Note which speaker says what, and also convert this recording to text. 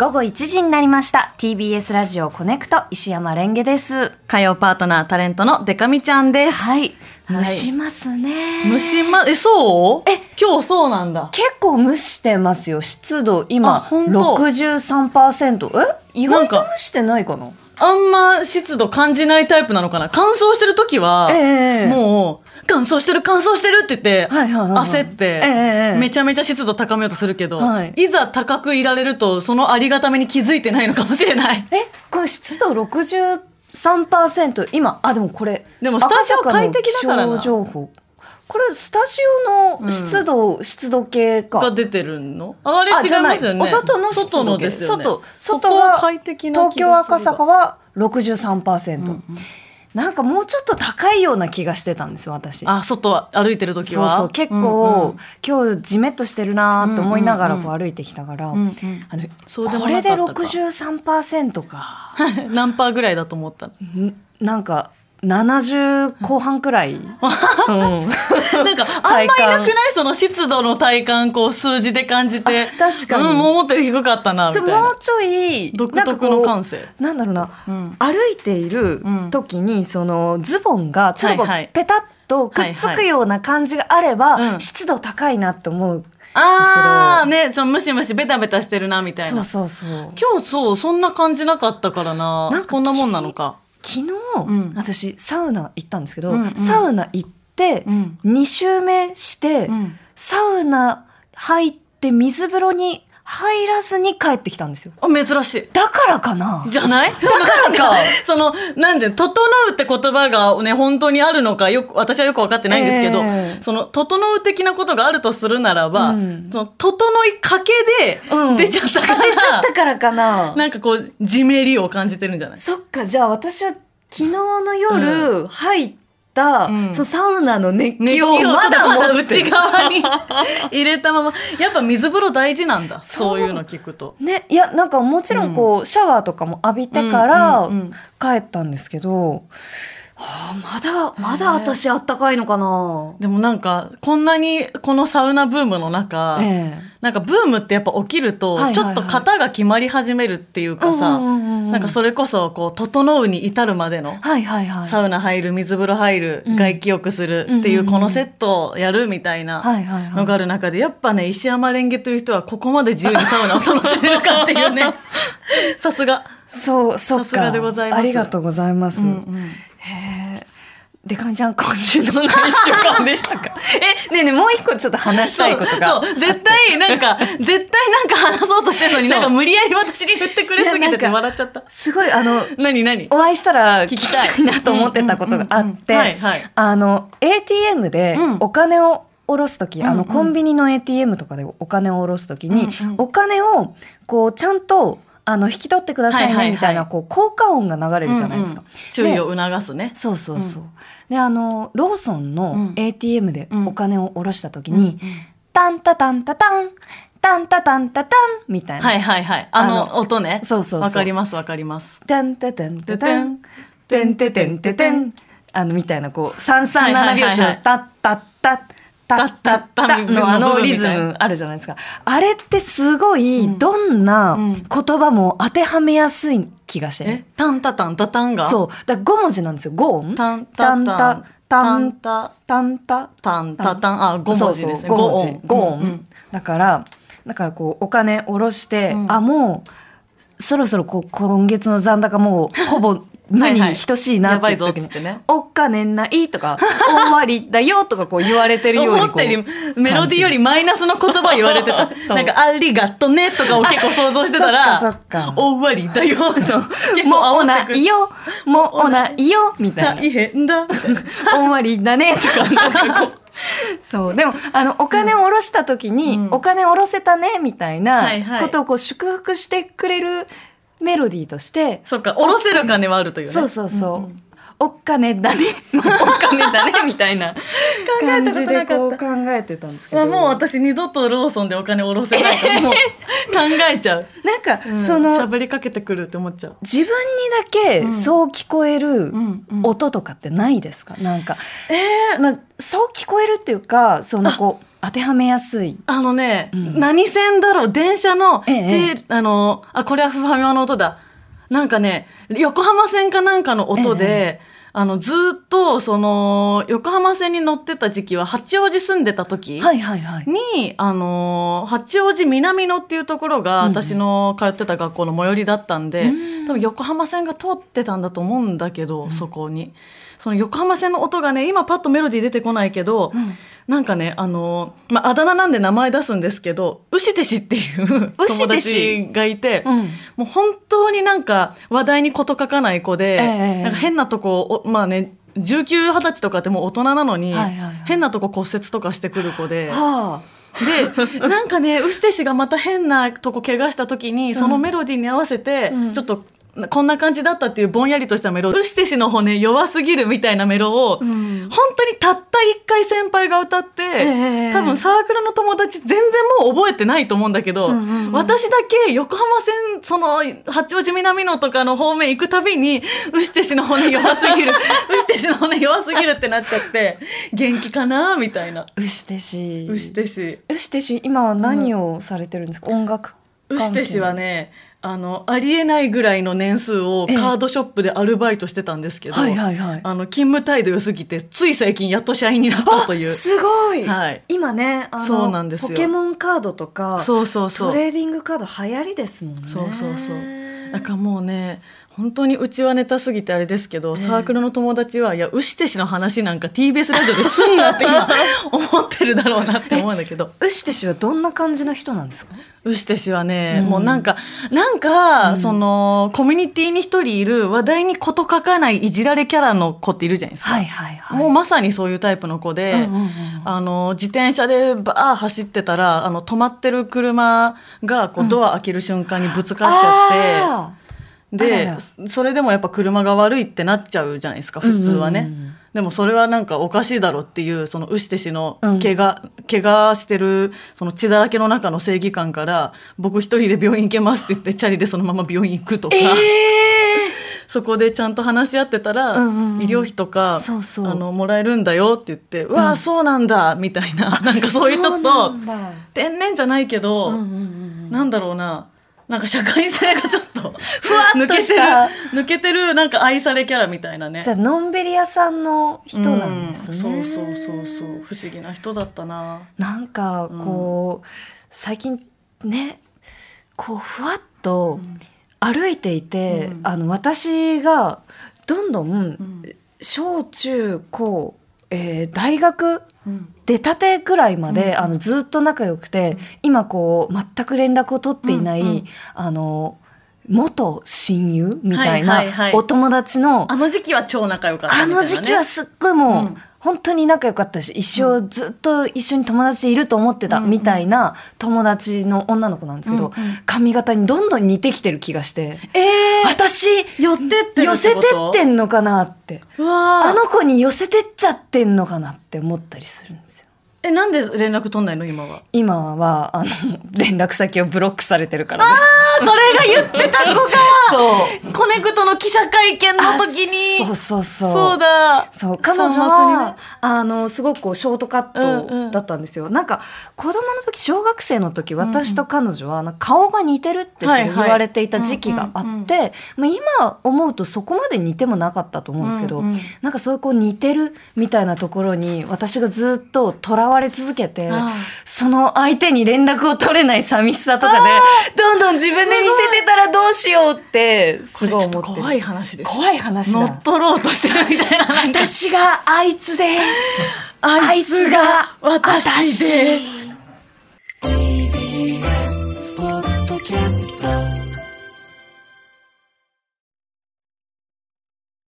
Speaker 1: 午後1時になりました TBS ラジオコネクト石山レンゲです
Speaker 2: 火曜パートナータレントのデカミちゃんです。
Speaker 1: はい
Speaker 2: は
Speaker 1: 蒸
Speaker 2: い
Speaker 1: しますね、
Speaker 2: 蒸しま、え、そう
Speaker 1: え
Speaker 2: 今日そうなんだ。
Speaker 1: 結構蒸してますよ湿度
Speaker 2: あ
Speaker 1: 今
Speaker 2: 本当
Speaker 1: 63%え意
Speaker 2: な
Speaker 1: 外
Speaker 2: ん
Speaker 1: と蒸
Speaker 2: か
Speaker 1: してないかな
Speaker 2: あんま湿度感じないタイプなのかな乾燥してる時は、
Speaker 1: ええ
Speaker 2: もう、乾燥してる乾燥してるって言って、
Speaker 1: はいはいはいはい
Speaker 2: 焦って、
Speaker 1: ええ
Speaker 2: めちゃめちゃ湿度高めようとするけど、
Speaker 1: はい
Speaker 2: いざ高くいられると、そのありがために気づいてないのかもしれ ない。
Speaker 1: えこれ湿度63%今あでもこれ
Speaker 2: でもスタジオ
Speaker 1: 赤坂の
Speaker 2: 快適だからな
Speaker 1: 気象情報これスタジオの湿度、湿度計か
Speaker 2: が出てるのああれ
Speaker 1: あじ
Speaker 2: 違
Speaker 1: ゃ
Speaker 2: い
Speaker 1: な
Speaker 2: ま
Speaker 1: い
Speaker 2: すよね。
Speaker 1: お外の湿度
Speaker 2: 外の
Speaker 1: 計
Speaker 2: ですよね。
Speaker 1: 外外
Speaker 2: ここ
Speaker 1: は
Speaker 2: は快適な
Speaker 1: 東
Speaker 2: 気がする
Speaker 1: 京
Speaker 2: が
Speaker 1: 赤坂は63%、なんかもうちょっと高いような気がしてたんですよ私
Speaker 2: あ、外は歩いてる時
Speaker 1: そう
Speaker 2: は。
Speaker 1: そう結
Speaker 2: うんうん
Speaker 1: 構、今日ジメッとしてるなーって思いながらこう歩いてきたから、
Speaker 2: んうん
Speaker 1: あの
Speaker 2: そうでも
Speaker 1: こ
Speaker 2: な
Speaker 1: れ
Speaker 2: か
Speaker 1: で
Speaker 2: ったか
Speaker 1: 63%か
Speaker 2: 何パーぐらいだと思ったの
Speaker 1: んなんか70後半くらい、 うん
Speaker 2: なんかあんまいな く
Speaker 1: 体
Speaker 2: ないその湿度の体感こう数字で感じて
Speaker 1: あ確かに
Speaker 2: うん、もう思ったより低かったなみ
Speaker 1: そ
Speaker 2: た
Speaker 1: う
Speaker 2: い
Speaker 1: も
Speaker 2: な
Speaker 1: うちょい
Speaker 2: 独
Speaker 1: なんか
Speaker 2: 特
Speaker 1: こう
Speaker 2: の感性
Speaker 1: なんだろうな、
Speaker 2: うん
Speaker 1: 歩いている時に、そのズボンがちょっとこう
Speaker 2: はいはい
Speaker 1: ペタッとくっつくような感じがあれば、
Speaker 2: はいはいうん
Speaker 1: 湿度高いなって思う。
Speaker 2: ああねそのムシムシベタベタしてるなみたい
Speaker 1: そ
Speaker 2: な
Speaker 1: うそうそう。
Speaker 2: 今日そうそんな感じなかったからな
Speaker 1: なんか
Speaker 2: こんなもんなのか
Speaker 1: 昨日、
Speaker 2: ん
Speaker 1: 私サウナ行ったんですけど、
Speaker 2: うんうん
Speaker 1: サウナ行って、
Speaker 2: うん
Speaker 1: 2周目して、
Speaker 2: うん
Speaker 1: サウナ入って水風呂に入らずに帰ってきたんですよ。
Speaker 2: あ珍しい
Speaker 1: だからかな
Speaker 2: じ ゃない
Speaker 1: だからか
Speaker 2: そのなんで「整う」って言葉がね本当にあるのかよく私はよく分かってないんですけど、
Speaker 1: ええ
Speaker 2: その「整う」的なことがあるとするならば、
Speaker 1: うん
Speaker 2: その整いかけ
Speaker 1: うん
Speaker 2: で出ちゃったから、
Speaker 1: 出ちゃったからかな
Speaker 2: なんかこうじめりを感じてるんじゃない
Speaker 1: そっかじゃあ私は昨日の夜入った、
Speaker 2: うん
Speaker 1: そのサウナの熱
Speaker 2: 熱
Speaker 1: 気
Speaker 2: 気
Speaker 1: を
Speaker 2: を
Speaker 1: ま
Speaker 2: ま
Speaker 1: だ
Speaker 2: だまだ
Speaker 1: 持って
Speaker 2: 内
Speaker 1: る
Speaker 2: 側に 入れたままやっぱ水風呂大事なんだ
Speaker 1: そ
Speaker 2: そうういうの聞くと。
Speaker 1: ねいやなんかもちろんこう、シャワーとかも浴びてか
Speaker 2: う
Speaker 1: ら
Speaker 2: んうんうん
Speaker 1: 帰ったんですけど、はあまだまだ私あったかいのかな、
Speaker 2: でもなんかこんなにこのサウナブームの中、
Speaker 1: ええ
Speaker 2: なんかブームってやっぱ起きると、
Speaker 1: はいはいはい
Speaker 2: ちょっと型が決まり始めるっていうかさ、
Speaker 1: うんうんうんうん
Speaker 2: なんかそれこそこう整うに至るまでの、
Speaker 1: はいはいはい
Speaker 2: サウナ入る水風呂入る、
Speaker 1: うん
Speaker 2: 外気浴するってい
Speaker 1: うんうんうん
Speaker 2: うこのセットをやるみたいな
Speaker 1: はいはいはい
Speaker 2: のがある中でやっぱね石山レンゲという人はここまで自由にサウナを楽しめるかっていう ねさすが。
Speaker 1: そうそっ
Speaker 2: さすが
Speaker 1: か
Speaker 2: でございます
Speaker 1: ありがとうございます、
Speaker 2: うんうん
Speaker 1: へえでかみちゃん今週の何週間でしたか えねえねえもう一個ちょっと話したいことが
Speaker 2: そうそう絶対なんか絶対なんか話そうとしてるのに
Speaker 1: そう
Speaker 2: なんか無理やり私に振ってくれすぎて
Speaker 1: い
Speaker 2: て
Speaker 1: やなんか
Speaker 2: 笑っちゃった
Speaker 1: すごいあの
Speaker 2: 何何
Speaker 1: お会いしたら聞き
Speaker 2: きた
Speaker 1: た
Speaker 2: い
Speaker 1: いなと思ってたことがあっ
Speaker 2: うんうんうんうんはい
Speaker 1: て
Speaker 2: はい
Speaker 1: あの ATM で
Speaker 2: うん
Speaker 1: お金を下ろす時、きあ
Speaker 2: うんう
Speaker 1: の
Speaker 2: ん
Speaker 1: コンビニの ATM とかでお金を下ろす時に、
Speaker 2: うんうん
Speaker 1: お金をこうちゃんとあの引き取ってください
Speaker 2: はいはいは
Speaker 1: ね
Speaker 2: い
Speaker 1: みたいなこう効果音が流れるじゃないですか。
Speaker 2: うんうん注意を促すね
Speaker 1: そうそうそう。であのローソン
Speaker 2: う
Speaker 1: の
Speaker 2: ん
Speaker 1: ATM で
Speaker 2: うん
Speaker 1: お金を下ろした時
Speaker 2: うんう
Speaker 1: に、
Speaker 2: ん
Speaker 1: タンタタンタタンタンタタンタタンみたいな。
Speaker 2: はいはいはいあ
Speaker 1: あ
Speaker 2: の
Speaker 1: の
Speaker 2: 音ね
Speaker 1: そうそうそう
Speaker 2: わかりますわかります
Speaker 1: タンタタンタタンテンテテンテテンあのみたいなこう三三
Speaker 2: はいは
Speaker 1: 七
Speaker 2: いはい
Speaker 1: 拍子の
Speaker 2: はい
Speaker 1: タッタッタッタッタッタッのあのリズムあるじゃないですかあれってすごいどんな言葉も当てはめやすい気がして、
Speaker 2: えタンタタンタタンが
Speaker 1: そうだから5文字なんですよ5音
Speaker 2: タンタンタ
Speaker 1: タ
Speaker 2: ンタ
Speaker 1: ン
Speaker 2: ンタ
Speaker 1: タンタ
Speaker 2: タンタタンあ五文字ですね
Speaker 1: そう
Speaker 2: 五
Speaker 1: そう
Speaker 2: 音
Speaker 1: 5音、
Speaker 2: うん
Speaker 1: だからだからこうお金下ろして、
Speaker 2: うん
Speaker 1: あもうそろそろこう今月の残高もうほぼ無に等しいなっていう
Speaker 2: やばい
Speaker 1: 時
Speaker 2: ぞっ
Speaker 1: に
Speaker 2: つってね
Speaker 1: お金ない」とか「終わりだよ」とかこう言われてるようにこう
Speaker 2: 思ったよりメロディーよりマイナスの言葉言われて
Speaker 1: そ
Speaker 2: た
Speaker 1: う
Speaker 2: なんか「ありがとね」とかを結構想像してたら
Speaker 1: そっかそっか
Speaker 2: 終わりだよ」そう結 構
Speaker 1: もうお
Speaker 2: 煽って
Speaker 1: な
Speaker 2: く
Speaker 1: い
Speaker 2: る
Speaker 1: よもうおないよみたいな
Speaker 2: 大変だみたいな
Speaker 1: 終わりだねとかなん かこうそうでもあのお金を下ろした時に、
Speaker 2: うん
Speaker 1: お金下ろせたねみたいな
Speaker 2: はいはい
Speaker 1: ことをこう祝福してくれるメロディーとして、
Speaker 2: そっか下ろせる金はあるというね
Speaker 1: そうそうそう、
Speaker 2: んん
Speaker 1: お金だね お金だねみたいな感じでこう考えてたんですけ
Speaker 2: ま
Speaker 1: ど
Speaker 2: あ、もう私二度とローソンでお金下ろせないともう考えちゃう、
Speaker 1: なんか
Speaker 2: うん、
Speaker 1: その
Speaker 2: 喋りかけてくるって思っちゃう、
Speaker 1: 自分にだけそう聞こえる
Speaker 2: んうん
Speaker 1: 音とかってないですかなんか、まあ、そう聞こえるっていうかそのこう当てはめやすい
Speaker 2: あのね、
Speaker 1: うん
Speaker 2: 何線だろう電車の、
Speaker 1: ええ
Speaker 2: てあのあこれはファミマの音だなんかね横浜線かなんかの音で、
Speaker 1: え
Speaker 2: あのずーっとその横浜線に乗ってた時期は八王子住んでた時に、
Speaker 1: はいはいはい
Speaker 2: あの八王子南野っていうところが
Speaker 1: うんうん
Speaker 2: 私の通ってた学校の最寄りだったんで、
Speaker 1: うん
Speaker 2: 多分横浜線が通ってたんだと思うんだけど、そこにその横浜線の音がね今パッとメロディー出てこないけど、なんかね、あのーまあ、あだ名なんで名前出すんですけど、牛弟子っていう友
Speaker 1: 牛弟子
Speaker 2: 達がいて、
Speaker 1: うん
Speaker 2: もう本当になんか話題に事欠かない子
Speaker 1: え
Speaker 2: で、
Speaker 1: え
Speaker 2: なんか変なとこ、おまあね、19、20歳とかってもう大人なのに、
Speaker 1: はいはいはい
Speaker 2: 変なとこ骨折とかしてくる子で、
Speaker 1: はあ
Speaker 2: で、なんかね、牛弟子がまた変なとこ怪我した時に、そのメロディーに合わせて、
Speaker 1: うん
Speaker 2: ちょっと、こんな感じだったっていうぼんやりとしたメロ、牛弟子の骨弱すぎるみたいなメロを、
Speaker 1: ん
Speaker 2: 本当にたった一回先輩が歌って、
Speaker 1: ええ
Speaker 2: 多分サークルの友達全然もう覚えてないと思うんだけど、
Speaker 1: うんうんうん
Speaker 2: 私だけ横浜線その八王子南野とかの方面行くたびに牛手氏の骨弱す ぎる牛手氏の骨弱すぎるってなっちゃって元気かなみたいな
Speaker 1: 牛手氏
Speaker 2: 牛手氏
Speaker 1: 牛手氏今は何をされてるんですか、音楽関係
Speaker 2: 牛手氏はねあのありえないぐらいの年数を
Speaker 1: ええ
Speaker 2: カードショップでアルバイトしてたんですけど、
Speaker 1: はいはいはい
Speaker 2: あの勤務態度良すぎてつい最近やっと社員になったという。
Speaker 1: すごい、
Speaker 2: はい
Speaker 1: 今ねあの
Speaker 2: そうなんですよ
Speaker 1: ポケモンカードとか
Speaker 2: そうそうそう
Speaker 1: トレーディングカード流行りですもんね
Speaker 2: そうそうそうだ
Speaker 1: か
Speaker 2: からもうね本当にうちはネタすぎてあれですけど、
Speaker 1: え
Speaker 2: サークルの友達はいや牛手氏の話なんか TBS ラジオですんなって 今思ってるだろうなって思うんだけど
Speaker 1: 牛手氏はどんな感じの人なんですか
Speaker 2: 牛手氏はね、
Speaker 1: うん
Speaker 2: もうなんかなんか、
Speaker 1: うん
Speaker 2: そのコミュニティに一人いる話題に事欠かないいじられキャラの子っているじゃないですか、
Speaker 1: はいはいはい
Speaker 2: もうまさにそういうタイプの子で。
Speaker 1: うんうんうん
Speaker 2: あの自転車でバー走ってたらあの止まってる車がこうドア開ける瞬間にぶつかっちゃって、
Speaker 1: ああら
Speaker 2: で
Speaker 1: ら
Speaker 2: それでもやっぱ車が悪いってなっちゃうじゃないですか普通はね、
Speaker 1: うんうんうん
Speaker 2: でもそれはなんかおかしいだろっていうその牛手氏の怪我、怪我してるその血だらけの中の正義感から僕一人で病院行けますって言ってチャリでそのまま病院行くとか、
Speaker 1: ー
Speaker 2: そこでちゃんと話し合ってたら、
Speaker 1: うんうんうん
Speaker 2: 医療費とか
Speaker 1: そうそう
Speaker 2: あのもらえるんだよって言って、わあそうなんだみたいななんか そういうちょっ
Speaker 1: そ
Speaker 2: と
Speaker 1: うなんだ
Speaker 2: 天然じゃないけど、
Speaker 1: うんうんうん
Speaker 2: なんだろうな。なんか社会性がちょっ とふ
Speaker 1: わっとした
Speaker 2: 抜けてる抜けてるなんか愛されキャラみたいなね
Speaker 1: じゃあのんびり屋さんの人なんですね
Speaker 2: うんそうそうそうそう不思議な人だったな
Speaker 1: なんかこう、最近ねこうふわっと歩いていて、
Speaker 2: うん
Speaker 1: あの私がどんどん
Speaker 2: ん
Speaker 1: 小中高、えー大学
Speaker 2: うん
Speaker 1: 出たてくらいまで、
Speaker 2: うん
Speaker 1: あのずっと仲良くて、今こう全く連絡を取っていない、
Speaker 2: うんうん
Speaker 1: あの元親友みたいな、
Speaker 2: はいはいはい
Speaker 1: お友達の
Speaker 2: あの時期は超仲良かった
Speaker 1: あ
Speaker 2: み
Speaker 1: の
Speaker 2: たいなね
Speaker 1: 時期はすっごいもう、
Speaker 2: うん
Speaker 1: 本当に仲良かったし一生ずっと一緒に友達いると思ってた
Speaker 2: うんうん
Speaker 1: みたいな友達の女の子なんですけど、
Speaker 2: うんうん
Speaker 1: 髪型にどんどん似てきてる気がして
Speaker 2: ええ
Speaker 1: 私
Speaker 2: 寄ってってる
Speaker 1: 寄
Speaker 2: って
Speaker 1: せて
Speaker 2: こ
Speaker 1: っ
Speaker 2: と
Speaker 1: てんのかなって
Speaker 2: うわあ
Speaker 1: あの子に寄せてっちゃってんのかなって思ったりするんですよ。
Speaker 2: えなんで連絡取んないの今は
Speaker 1: 今はあの連絡先をブロックされてるからです
Speaker 2: あそれが言ってた子 が
Speaker 1: そう
Speaker 2: コネクトの記者会見の時に
Speaker 1: そうそうそう
Speaker 2: そうだ
Speaker 1: そう彼女
Speaker 2: 三
Speaker 1: は、
Speaker 2: 松
Speaker 1: あのすごくこうショートカ
Speaker 2: うんう
Speaker 1: ッ
Speaker 2: ん
Speaker 1: トだったんですよ、なんか子供の時小学生の時私と彼女はなんか顔が似てるってそ
Speaker 2: はい
Speaker 1: れ
Speaker 2: は
Speaker 1: 言
Speaker 2: い
Speaker 1: われていた時期があって、
Speaker 2: う
Speaker 1: まあ、今思うとそこまで似てもなかったと思うんですけど、
Speaker 2: うんうん
Speaker 1: なんかそういうこう似てるみたいなところに私がずっととらわれ続けて
Speaker 2: ああ
Speaker 1: その相手に連絡を取れない寂しさとかでどんどん自分で似せてたらどうしようって
Speaker 2: こ
Speaker 1: す
Speaker 2: れち
Speaker 1: ごい
Speaker 2: ょっ
Speaker 1: 思
Speaker 2: と
Speaker 1: ってる
Speaker 2: 怖い話です
Speaker 1: 怖い話
Speaker 2: 乗
Speaker 1: だ
Speaker 2: っ取ろうとしてるみたいな
Speaker 1: 私があいつで
Speaker 2: あ
Speaker 1: あ
Speaker 2: い
Speaker 1: い
Speaker 2: つ
Speaker 1: つ
Speaker 2: が
Speaker 1: が
Speaker 2: 私で